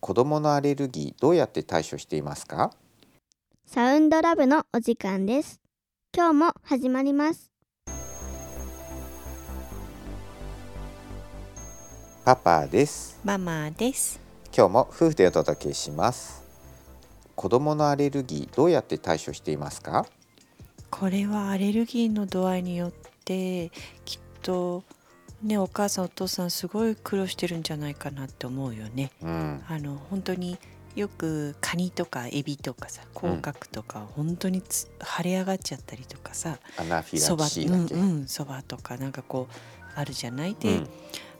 子どものアレルギーどうやって対処していますかサウンドラブのお時間です。今日も始まります。パパですママです。今日も夫婦でお届けします子どものアレルギーどうやって対処していますかこれはアレルギーの度合いによってきっとねお母さんお父さんすごい苦労してるんじゃないかなって思うよね。うん、あの本当によくカニとかエビとかさ甲殻とか本当につ、腫れ上がっちゃったりとかさアナフそィラばキシーだっけ、うんうん、そばとかなんかこうあるじゃないで、うん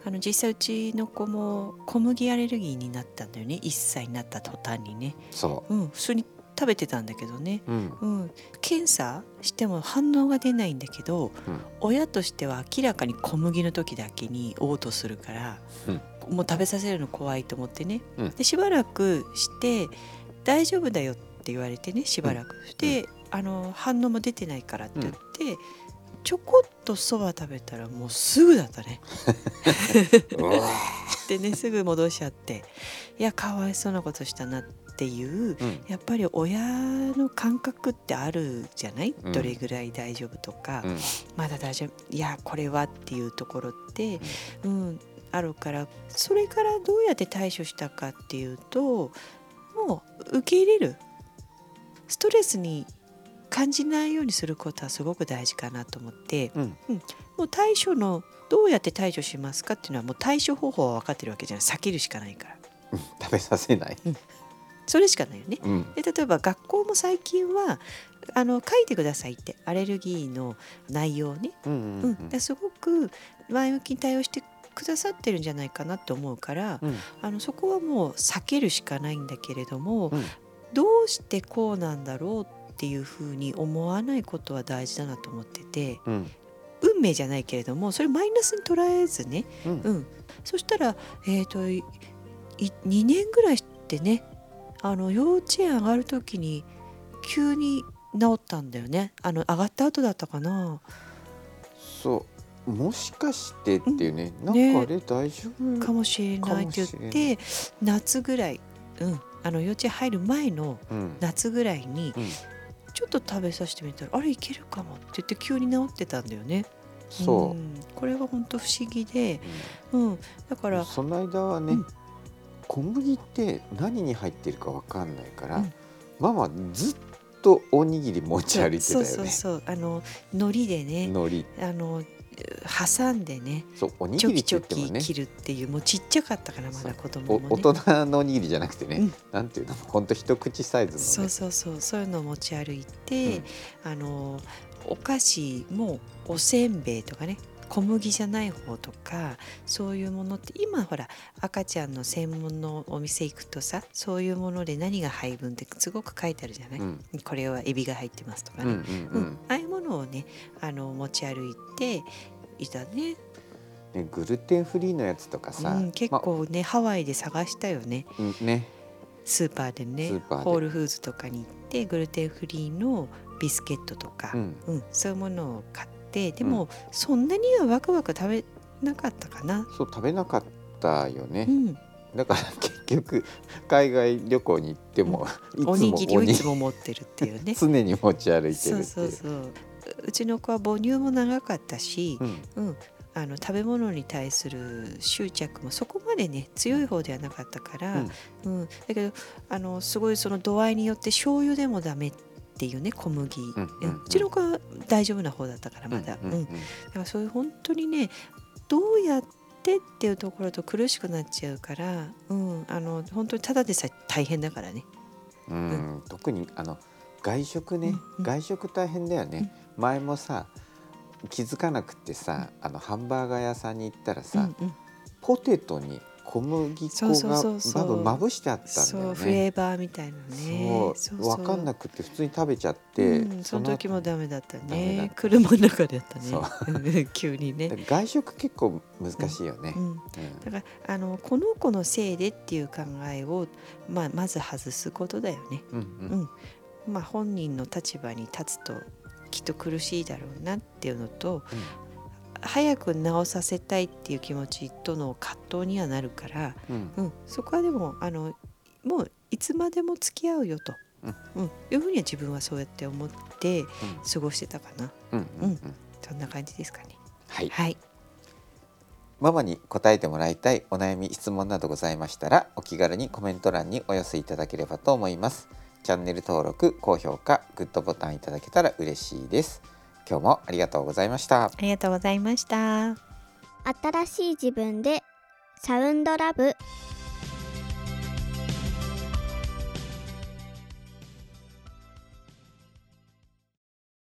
あの実際うちの子も小麦アレルギーになったんだよね1歳になった途端にね、そうん、普通に食べてたんだけどねう、うん、うん、検査しても反応が出ないんだけど、うん親としては明らかに小麦の時だけに嘔吐するから、もう食べさせるの怖いと思ってね、うんでしばらくして「大丈夫だよ」って言われてねしばらく、であの反応も出てないからって言って、ちょこっとそば食べたらもうすぐだったね。 うわでねすぐ戻しちゃっていやかわいそうなことしたなっていうーうんやっぱり親の感覚ってあるじゃないうんどれぐらい大丈夫とか、うんまだ大丈夫いやこれはっていうところって、うん、あるからそれからどうやって対処したかっていうともう受け入れるストレスに感じないようにすることはすごく大事かなと思ってうんもう対処のどうやって対処しますかっていうのはもう対処方法は分かってるわけじゃない避けるしかないから食べさせない、それしかないよね。うんで例えば学校も最近はあの書いてくださいってアレルギーの内容をね、うんううんんうんですごく前向きに対応してくださってるんじゃないかなと思うからうんあのそこはもう避けるしかないんだけれども、うんどうしてこうなんだろうっていうふうに思わないことは大事だなと思っててうん運命じゃないけれどもそれマイナスに捉えずね、うんうん、そしたら、えー、といい2年ぐらいしてねあの幼稚園上がる時に急に治ったんだよねあの上がった後だったかな、そうもしかしてっていうね、んねなんかあれ大丈夫かもしれないってか言もっしれて夏ぐらい、うん、あの幼稚園入る前のうん夏ぐらいにうんちょっと食べさせてみたらあれいけるかもって言って急に治ってたんだよね。そう、んこれが本当不思議で、うんうん、だからその間はね、うん小麦って何に入ってるかわかんないから、うんママずっとおにぎり持ち歩いてたよそうね。そうそうあの海苔でね海苔あの挟んでねそうおにチぎョりキって言ってチもョキね切るっていうもうちっちゃかったからまだ子お供も大ね人のおにぎりじゃなくてね、うんなんていうのほんと一口サイズのねそうそうそうそういうのを持ち歩いて、あのお菓子もおせんべいとかね小麦じゃない方とかそういうものって今ほら赤ちゃんの専門のお店行くとさそういうもので何が配分ってすごく書いてあるじゃない、うんこれはエビが入ってますとかうんうね、んううんん、ああいうものをねあの持ち歩いていたねねグルテンフリーのやつとかさ、うん、結ま構ね、ハワイで探したよねうんねスーパーでねスーパーでホールフーズとかに行ってグルテンフリーのビスケットとか、ううんんそういうものを買ってでも、そんなにはワクワク食べなかったかな。そう食べなかったよね、うん、だから結局海外旅行に行っても、いつもおにぎりをいつおも持ってるっていうに ね。常に持ち歩いてるっていそううそうそう。うちの子は母乳も長かったし、うんうん、あの食べ物に対する執着もそこまでね強い方ではなかったから、うんだけどあのすごいその度合いによって醤油でもダメっていうね小麦、うんううんうんうんちの子は大丈夫な方だったからまだ、ううんんうんうんだからそういう本当にねどうやってっていうところと苦しくなっちゃうから、うん、あの本当にただでさえ大変だからね。うん特にあの外食ね、うんうん外食大変だよね、前もさ気づかなくてさ、あのハンバーガー屋さんに行ったらさ、うんうんポテトに小麦粉そうそうがそうそバうブまぶしてあったんだそようフね。レーバーみたいなそねう分かんなくて普通に食べちゃって、うん、その後時もダメだったダメだっねた車の中でやったそね 急にね、外食結構難しいよねう。ん、うんだからあのこの子のせいでっていう考えを、まあ、まず外すことだよね、うんうんまあ、本人の立場に立つときっと苦しいだろうなっていうのと早く治させたいっていう気持ちとの葛藤にはなるから、うんうん、そこはでもあのもういつまでも付き合うよと、うんうんいうふうには自分はそうやって思って過ごしてたかなうんうんうんうんそんな感じですかね。はいはい、ママに答えてもらいたいお悩み質問などございましたらお気軽にコメント欄にお寄せいただければと思いますチャンネル登録高評価グッドボタンいただけたら嬉しいです今日もありがとうございましたありがとうございました。新しい自分でサウンドラブ